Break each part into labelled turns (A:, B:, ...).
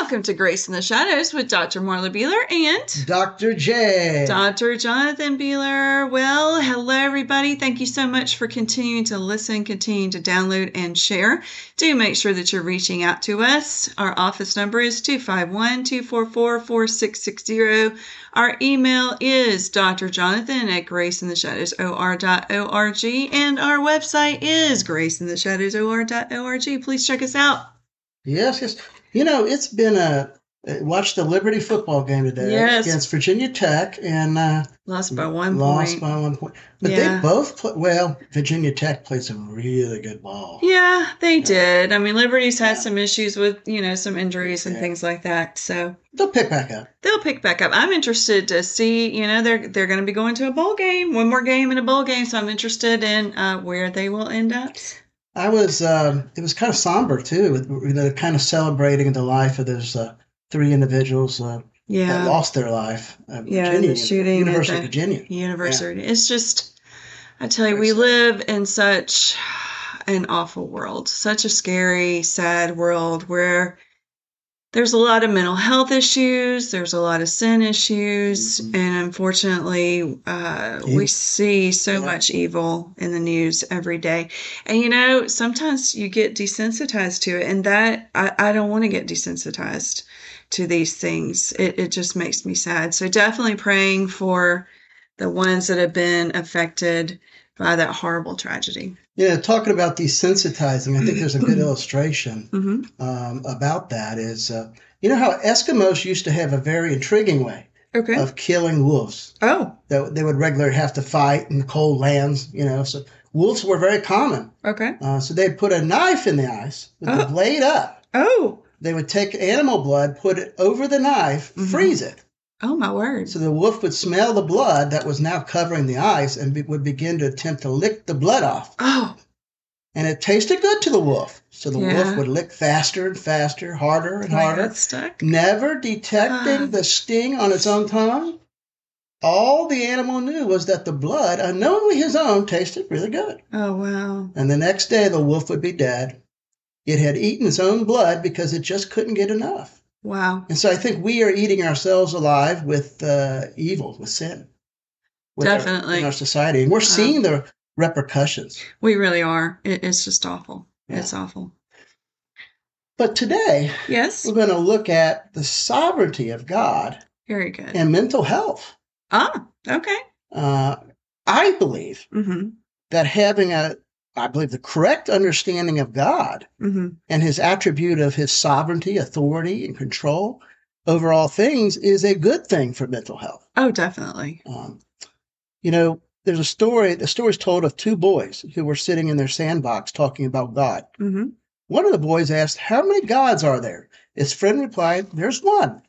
A: Welcome to Grace in the Shadows with Dr. Marla Beeler and
B: Dr. J.
A: Dr. Jonathan Beeler. Well, hello, everybody. Thank you so much for continuing to listen, continue to download, and share. Do make sure that you're reaching out to us. Our office number is 251 244 4660. Our email is drjonathan at graceintheshadowsor.org, and our website is graceintheshadowsor.org. Please check us out.
B: Yes, yes. You know, it's been a watch the Liberty football game today
A: Yes.
B: against Virginia Tech and uh,
A: Lost by one
B: lost
A: point.
B: by one point. But
A: Yeah.
B: they both play, well. Virginia Tech played some really good ball.
A: Yeah, they
B: Yeah.
A: did. I mean, Liberty's had
B: Yeah.
A: some issues with, you know, some injuries and
B: Yeah.
A: things like that. So
B: They'll pick back up.
A: they'll pick back up. I'm interested to see, you know, they're they're going to be going to a bowl game, one more game and a bowl game. So I'm interested in uh, where they will end up.
B: I was. Um, it was kind of somber too. with- You know, kind of celebrating the life of those uh, three individuals uh, that
A: Yeah,
B: lost their life. Uh,
A: Yeah, the shooting at
B: University of
A: the-
B: Virginia.
A: university. It's just, I tell you,
B: Very
A: we
B: sad.
A: live in such an awful world, such a scary, sad world where. There's a lot of mental health issues. There's a lot of sin issues,
B: Mhm.
A: and unfortunately, uh,
B: Yeah.
A: we see so
B: Yeah.
A: much evil in the news every day. And you know, sometimes you get desensitized to it, and that I, I don't want to get desensitized to these things. It it just makes me sad. So definitely praying for the ones that have been affected by that horrible tragedy.
B: Yeah, talking about desensitizing, I think there's a good illustration
A: hmm
B: um, about that. Is uh, you know how Eskimos used to have a very intriguing way
A: Okay.
B: of killing wolves
A: oh.
B: that they would regularly have to fight in the cold lands. You know, so wolves were very common.
A: Okay.
B: Uh, so they'd put a knife in the ice with the
A: Oh.
B: blade up.
A: Oh.
B: They would take animal blood, put it over the knife,
A: Mhm.
B: freeze it.
A: Oh my word.
B: So the wolf would smell the blood that was now covering the ice and be, would begin to attempt to lick the blood off.
A: Oh.
B: and it tasted good to the wolf. So the
A: Yeah. Oh
B: wolf would lick faster and faster, harder and
A: my
B: harder,
A: God, stuck.
B: never detecting
A: Ah.
B: the sting on its own tongue. All the animal knew was that the blood, unknowingly his own, tasted really good.
A: Oh wow.
B: And the next day, the wolf would be dead. It had eaten its own blood because it just couldn't get enough.
A: Wow.
B: And so I think we are eating ourselves alive with uh, evil, with sin. with our-
A: Definitely.
B: in our society. And we're seeing the repercussions.
A: We really are. It, it's just awful.
B: Yeah.
A: It's awful.
B: But today,
A: Yes.
B: We're going to look at the sovereignty of God
A: Very good.
B: and mental health.
A: ah. Okay.
B: Uh, I believe
A: hmm
B: that having a, I believe the correct understanding of God
A: hmm
B: and his attribute of his sovereignty, authority, and control over all things is a good thing for mental health.
A: Oh, definitely.
B: Um, you know, there's a story, the story's told of two boys who were sitting in their sandbox talking about God.
A: hmm
B: One of the boys asked, How many gods are there? His friend replied, There's one.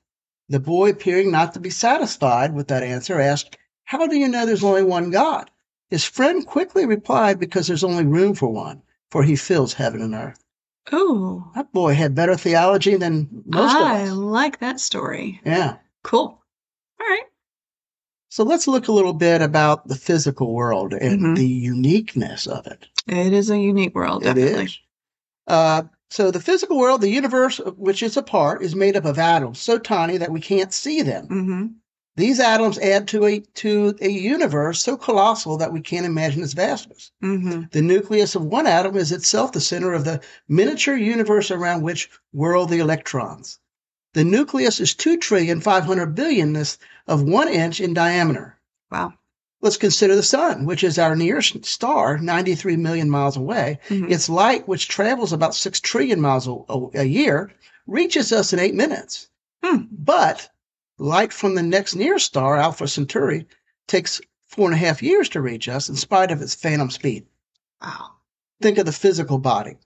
B: The boy, appearing not to be satisfied with that answer, asked, How do you know there's only one God? His friend quickly replied, Because there's only room for one, for he fills heaven and earth.
A: Oh.
B: That boy had better theology than most
A: I
B: of us.
A: like that story.
B: Yeah.
A: Cool. All right.
B: So let's look a little bit about the physical world and
A: Mhm.
B: the uniqueness of it.
A: It is a unique world, Oh, definitely.
B: It is. Uh, so the physical world, the universe, of which it's a part, is made up of atoms so tiny that we can't see them.
A: Mm-hmm.
B: These atoms add to a to a universe so colossal that we can't imagine its vastness.
A: Mm-hmm.
B: The nucleus of one atom is itself the center of the miniature universe around which whirl the electrons. The nucleus is two trillion five hundred billionths of one inch in diameter.
A: Wow.
B: Let's consider the sun, which is our nearest star, 93 million miles away.
A: Mhm.
B: Its light, which travels about 6 trillion miles a, a- a year, reaches us in eight minutes.
A: Hmm.
B: But light from the next nearest star, Alpha Centauri, takes four and a half years to reach us in spite of its phantom speed.
A: Wow.
B: Think of the physical body.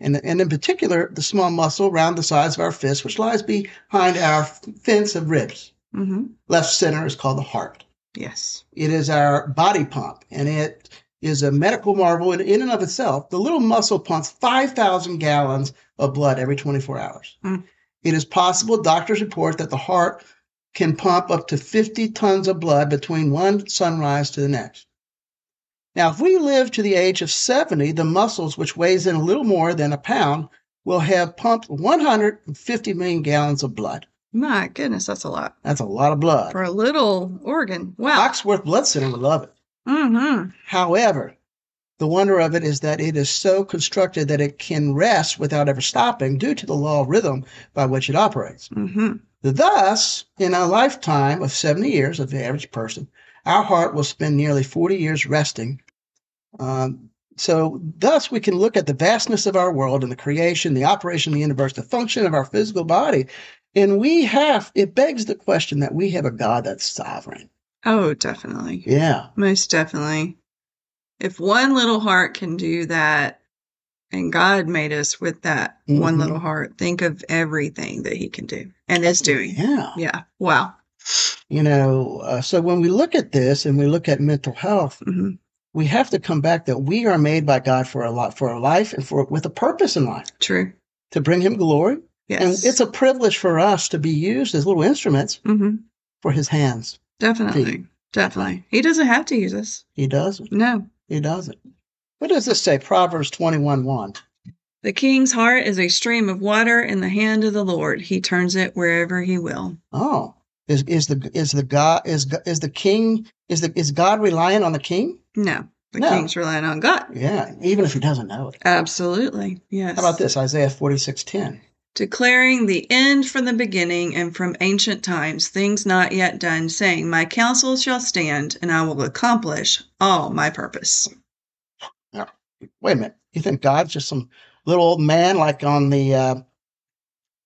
B: And, and in particular, the small muscle around the size of our fist, which lies behind our fence of ribs.
A: Mm-hmm.
B: Left center is called the heart.
A: Yes.
B: It is our body pump, and it is a medical marvel in, in and of itself. The little muscle pumps 5,000 gallons of blood every 24 hours.
A: Mm.
B: It is possible, doctors report, that the heart can pump up to 50 tons of blood between one sunrise to the next. Now, if we live to the age of 70, the muscles, which weighs in a little more than a pound, will have pumped 150 million gallons of blood.
A: My goodness, that's a lot
B: That's a lot of blood.
A: for a little organ. Wow.
B: Foxworth Blood Center would love it.
A: Mm-hmm.
B: However, the wonder of it is that it is so constructed that it can rest without ever stopping due to the law of rhythm by which it operates.
A: Mm-hmm.
B: Thus, in a lifetime of 70 years of the average person, our heart will spend nearly 40 years resting. Um, so, thus, we can look at the vastness of our world and the creation, the operation of the universe, the function of our physical body. And we have, it begs the question that we have a God that's sovereign.
A: Oh, definitely.
B: Yeah.
A: Most definitely. If one little heart can do that, and God made us with that one
B: Mhm.
A: little heart, think of everything that He can do and is doing.
B: Yeah.
A: Yeah. Wow.
B: You know, uh, so when we look at this and we look at mental health,
A: hmm
B: we have to come back that we are made by God for a lot for a life and for with a purpose in life
A: True.
B: to bring him glory.
A: Yes.
B: And it's a privilege for us to be used as little instruments
A: hmm
B: for his hands.
A: Definitely. Definitely. He doesn't have to use us.
B: He doesn't.
A: No.
B: He doesn't. What does this say? Proverbs 21 1.
A: The king's heart is a stream of water in the hand of the Lord. He turns it wherever he will.
B: Oh. Is is the is the God is Go- is the king is the is God reliant on the king?
A: No. The
B: No.
A: king's relying on God.
B: Yeah, even if he doesn't know it.
A: Absolutely. Yes.
B: How about this? Isaiah forty six ten.
A: declaring the end from the beginning and from ancient times, things not yet done, saying, My counsel shall stand, and I will accomplish all my purpose.
B: wait a minute. You think God's just some little old man like on the uh,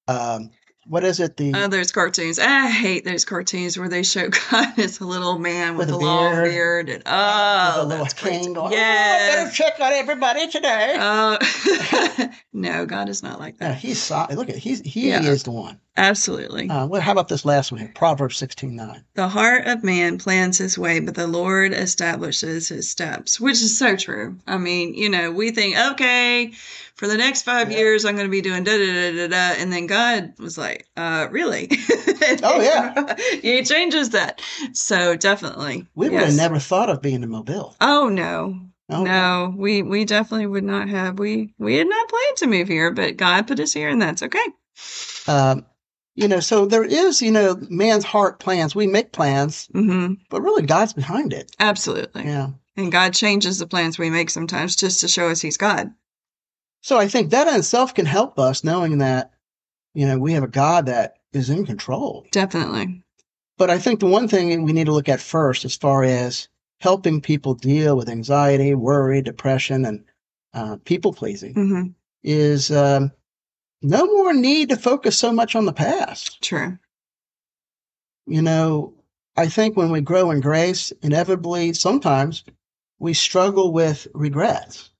B: um, what is it? The
A: Oh, those cartoons. I hate those cartoons where they show God as a little man with,
B: With
A: a
B: a
A: long
B: beard.
A: beard. and oh,
B: with a little
A: that's crazy.
B: cane going, "Oh, I better
A: Yes. Uh,
B: check on everybody today.
A: Oh, no, God is not like
B: no,
A: that.
B: he's so- look at he's he
A: Yeah.
B: is the one.
A: Absolutely.
B: Uh, well, how about this last one here? Proverbs sixteen nine.
A: The heart of man plans his way, but the Lord establishes his steps, which is so true. I mean, you know, we think, okay, for the next five
B: Yeah.
A: years, I'm going to be doing da da da da da. And then God was like, uh, really?
B: Oh, yeah.
A: he changes that. So definitely.
B: We would have
A: yes.
B: never thought of being a mobile.
A: Oh, no.
B: Oh,
A: no, we we definitely would not have. We we had not planned to move here, but God put us here, and that's okay.
B: Um, you know, so there is, you know, man's heart plans. We make plans,
A: hmm
B: but really God's behind it.
A: Absolutely.
B: Yeah.
A: And God changes the plans we make sometimes just to show us He's God.
B: So I think that in itself can help us knowing that, you know, we have a God that is in control.
A: Definitely.
B: But I think the one thing we need to look at first, as far as helping people deal with anxiety, worry, depression, and uh, people pleasing,
A: hmm
B: is um, no more need to focus so much on the past.
A: True.
B: You know, I think when we grow in grace, inevitably, sometimes we struggle with regrets.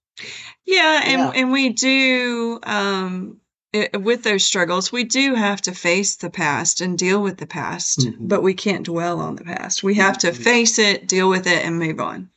A: Yeah, and
B: Yeah.
A: and we do um i with those struggles, we do have to face the past and deal with the past,
B: Mhm.
A: but we can't dwell on the past. We have to
B: Mhm.
A: face it, deal with it, and move on.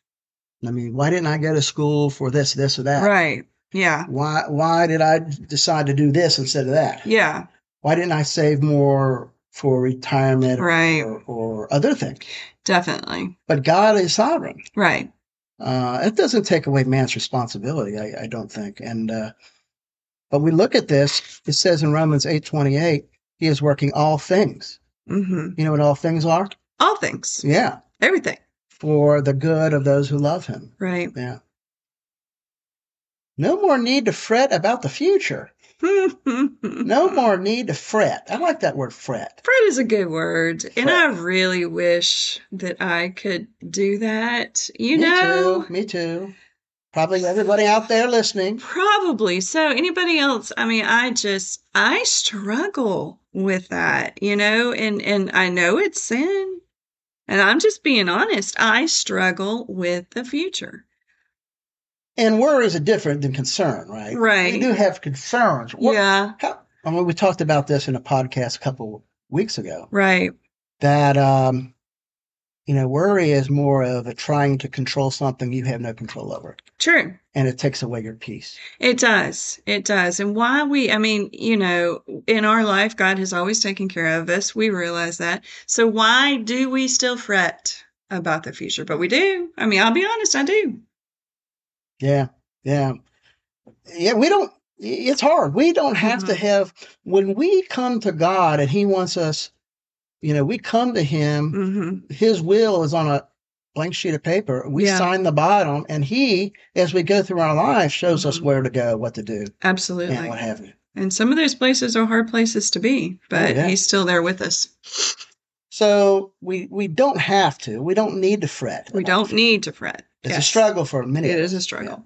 B: I mean, why didn't I go to school for this, this, or that?
A: Right. Yeah.
B: Why? Why did I decide to do this instead of that?
A: Yeah.
B: Why didn't I save more for retirement
A: Right.
B: or, or other things?
A: Definitely.
B: But God is sovereign.
A: Right.
B: Uh, it doesn't take away man's responsibility, I, I don't think. And uh, but we look at this. It says in Romans eight twenty eight, He is working all things.
A: hmm
B: You know what all things are?
A: All things.
B: Yeah,
A: Everything.
B: for the good of those who love Him.
A: Right.
B: Yeah. No more need to fret about the future. No more need to fret. I like that word fret.
A: Fred is a good word, and I
B: Fred.
A: really wish that I could do that. You
B: me
A: know,
B: too. Me too. Probably everybody out there listening.
A: Probably. So, anybody else? I mean, I just I struggle with that, you know, and and I know it's sin. And I'm just being honest. I struggle with the future.
B: And worries are different than concern, right?
A: Right.
B: We do have concerns. What-
A: yeah.
B: How, I mean, we talked about this in a podcast a couple weeks ago
A: Right.
B: that, um, you know, worry is more of a trying to control something you have no control over
A: True.
B: and it takes away your peace.
A: It does. It does. And why we, I mean, you know, in our life, God has always taken care of us. We realize that. So why do we still fret about the future? But we do. I mean, I'll be honest, I do.
B: Yeah. Yeah. Yeah. We don't, it's hard. We don't have
A: Mhm.
B: to have when we come to God and He wants us. You know, we come to Him.
A: hmm
B: His will is on a blank sheet of paper. We
A: Yeah.
B: sign the bottom, and He, as we go through our lives, shows us
A: Mhm.
B: where to go, what to do,
A: Absolutely.
B: and what have you.
A: And some of those places are hard places to be, but
B: Oh, yeah.
A: he's still there with us.
B: So we we don't have to. We don't need to fret.
A: We don't need to fret.
B: It's a
A: Yes.
B: struggle for many.
A: It
B: of us.
A: is a struggle.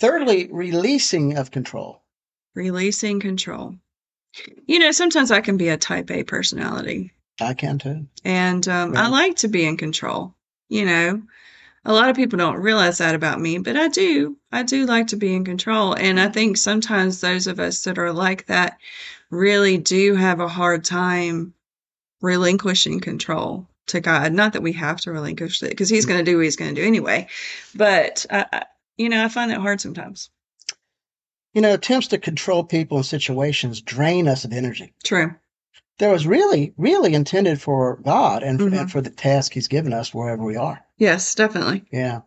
B: Thirdly, releasing of control.
A: Releasing control. You know, sometimes I can be a type A personality,
B: I can too.
A: and um, I
B: Right.
A: like to be in control. You know, a lot of people don't realize that about me, but I do. I do like to be in control. And I think sometimes those of us that are like that really do have a hard time relinquishing control to God. Not that we have to relinquish it because He's
B: Mm-hmm.
A: going to do what He's going to do anyway. But, I, I, you know, I find that hard sometimes.
B: You know, attempts to control people and situations drain us of energy.
A: True.
B: That was really, really intended for God and,
A: Mhm.
B: and for the task He's given us wherever we are.
A: Yes, definitely.
B: Yeah.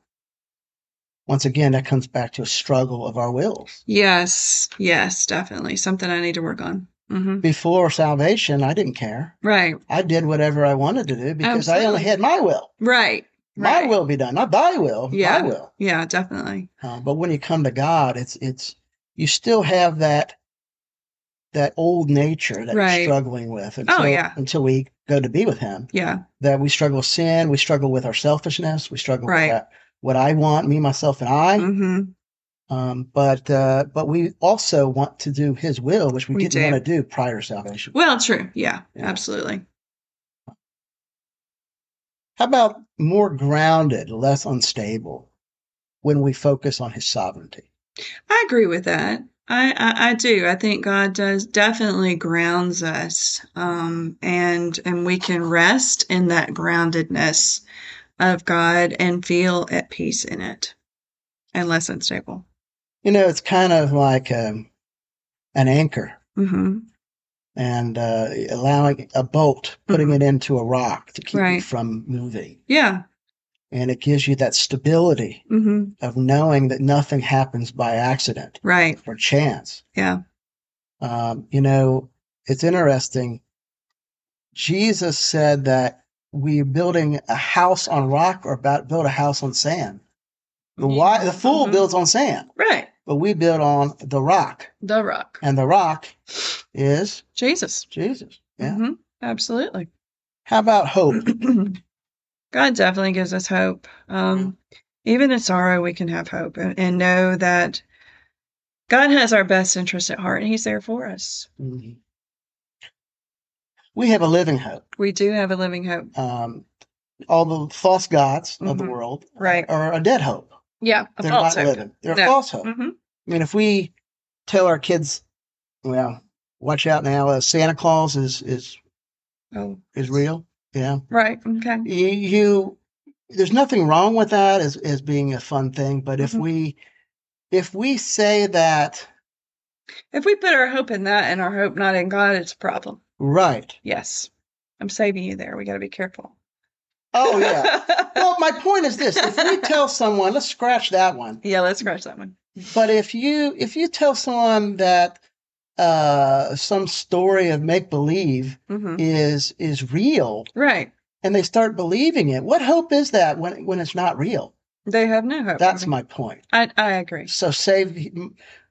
B: Once again, that comes back to a struggle of our wills.
A: Yes, yes, definitely. Something I need to work on. hmm
B: Before salvation, I didn't care.
A: Right,
B: I did whatever I wanted to do because I only
A: Absolutely.
B: had my will.
A: right.
B: My
A: Right.
B: will be done, not thy will.
A: Yeah.
B: My will.
A: Yeah, definitely.
B: Uh, but when you come to God, it's it's you still have that that old nature that
A: Right.
B: you're struggling with
A: Oh,
B: until
A: yeah.
B: until we go to be with Him.
A: Yeah,
B: That we struggle with sin, we struggle with our selfishness, we struggle
A: Right.
B: with that, what I want, me, myself, and I.
A: hmm
B: Um, but uh, but we also want to do His will, which we,
A: We
B: didn't
A: do.
B: want to do prior to salvation.
A: Well, true. Yeah,
B: Yeah.
A: absolutely.
B: How about more grounded, less unstable, when we focus on His sovereignty?
A: I agree with that. I, I, I do. I think God does definitely grounds us, um, and and we can rest in that groundedness of God and feel at peace in it, and less unstable.
B: You know, it's kind of like um, an anchor
A: hmm
B: and uh, allowing a bolt, putting
A: Mhm.
B: it into a rock to keep you
A: Right.
B: from moving.
A: Yeah.
B: And it gives you that stability
A: hmm
B: of knowing that nothing happens by accident
A: Right.
B: or chance.
A: Yeah.
B: Um, you know, it's interesting. Jesus said that we're building a house on rock or about build a house on sand. The why the fool
A: Mhm.
B: builds on sand,
A: Right.
B: but we build on the rock.
A: The rock.
B: And the rock is
A: Jesus.
B: Jesus. Yeah.
A: hmm Absolutely.
B: How about hope?
A: God definitely gives us hope. Um, Even in sorrow, we can have hope and, and know that God has our best interest at heart and He's there for us.
B: Mhm. We have a living hope.
A: We do have a living hope.
B: Um, all the false gods of the
A: Mhm.
B: world
A: Right.
B: are a dead hope.
A: Yeah. A
B: They're
A: false
B: not
A: hope.
B: living. They're
A: No.
B: a false hope.
A: hmm
B: I mean, if we tell our kids, well, watch out now, uh, Santa Claus is is
A: Oh,
B: is real. Yeah,
A: right. Okay.
B: you, you there's nothing wrong with that as as being a fun thing. But if
A: Mhm.
B: we if we say that
A: If we put our hope in that and our hope not in God, it's a problem.
B: right,
A: Yes. I'm saving you there. We got to be careful.
B: oh yeah. well, my point is this: if we tell someone, let's scratch that one.
A: yeah, let's scratch that one.
B: But if you if you tell someone that uh, some story of make believe
A: hmm
B: is is real,
A: Right.
B: and they start believing it, what hope is that when when it's not real?
A: They have no hope.
B: That's
A: I mean,
B: my point.
A: I, I agree.
B: So save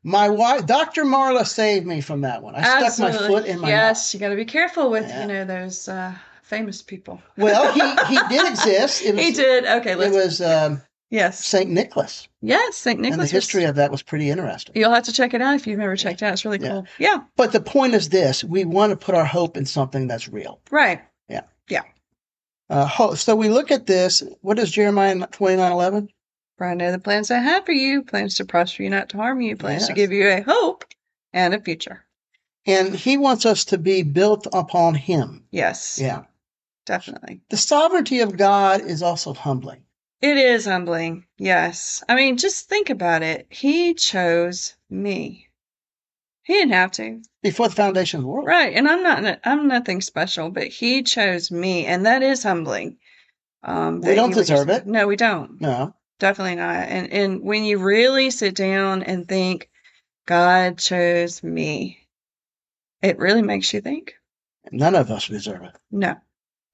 B: my wife, Doctor Marla, saved me from that one. I stuck my foot in my mouth.
A: yes. You got to be careful with
B: Yeah.
A: you know those uh, famous people.
B: Well, he he did exist. It was,
A: he did. Okay,
B: It
A: let's.
B: was um,
A: yes,
B: Saint Nicholas,
A: yes. Saint Nicholas.
B: and the
A: was-
B: history of that was pretty interesting.
A: you'll have to check it out if you've never checked it out. It's really
B: Yeah.
A: cool. Yeah.
B: But the point is this: we want to put our hope in something that's real.
A: Right.
B: Uh, ho- so we look at this. What is Jeremiah twenty nine eleven?
A: For I know the plans I have for you: plans to prosper you, not to harm you; plans to
B: Yes.
A: give you a hope and a future.
B: And he wants us to be built upon him.
A: Yes.
B: Yeah.
A: Definitely.
B: The sovereignty of God is also humbling.
A: It is humbling. Yes. I mean, just think about it. He chose me. He didn't have to.
B: Before the foundation of the world,
A: Right, and I'm not I'm nothing special, but he chose me, and that is humbling. Um,
B: We
A: that
B: don't
A: he would
B: deserve
A: just-
B: it.
A: No, we don't.
B: no,
A: Definitely not. And and when you really sit down and think, God chose me. It really makes you think.
B: None of us deserve it.
A: No,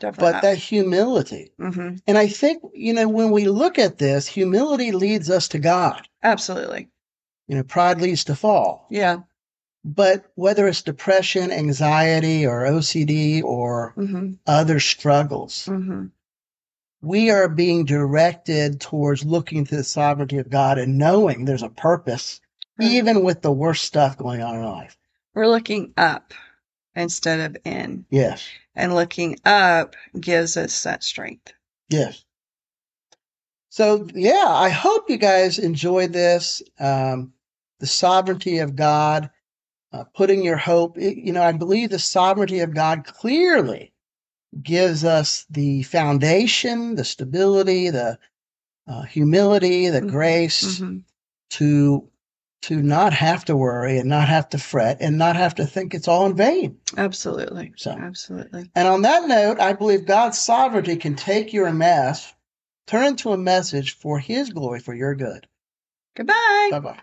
A: definitely.
B: But that humility.
A: hmm
B: And I think, you know, when we look at this, humility leads us to God.
A: Absolutely.
B: You know, pride leads to fall.
A: Yeah.
B: But whether it's depression, anxiety, or OCD, or
A: hmm
B: other struggles,
A: hmm
B: we are being directed towards looking to the sovereignty of God and knowing there's a purpose,
A: Right.
B: even with the worst stuff going on in life.
A: We're looking up instead of in.
B: Yes,
A: And looking up gives us that strength.
B: yes. So, yeah, I hope you guys enjoyed this. Um, the sovereignty of God, uh, putting your hope, it- you know, I believe the sovereignty of God clearly gives us the foundation, the stability, the uh, humility, the
A: Mhm,
B: grace.
A: hmm
B: to to not have to worry and not have to fret and not have to think it's all in vain.
A: Absolutely.
B: So-
A: Absolutely.
B: And on that note, I believe God's sovereignty can take your mess, turn into a message for his glory for your good.
A: Goodbye.
B: Bye-bye.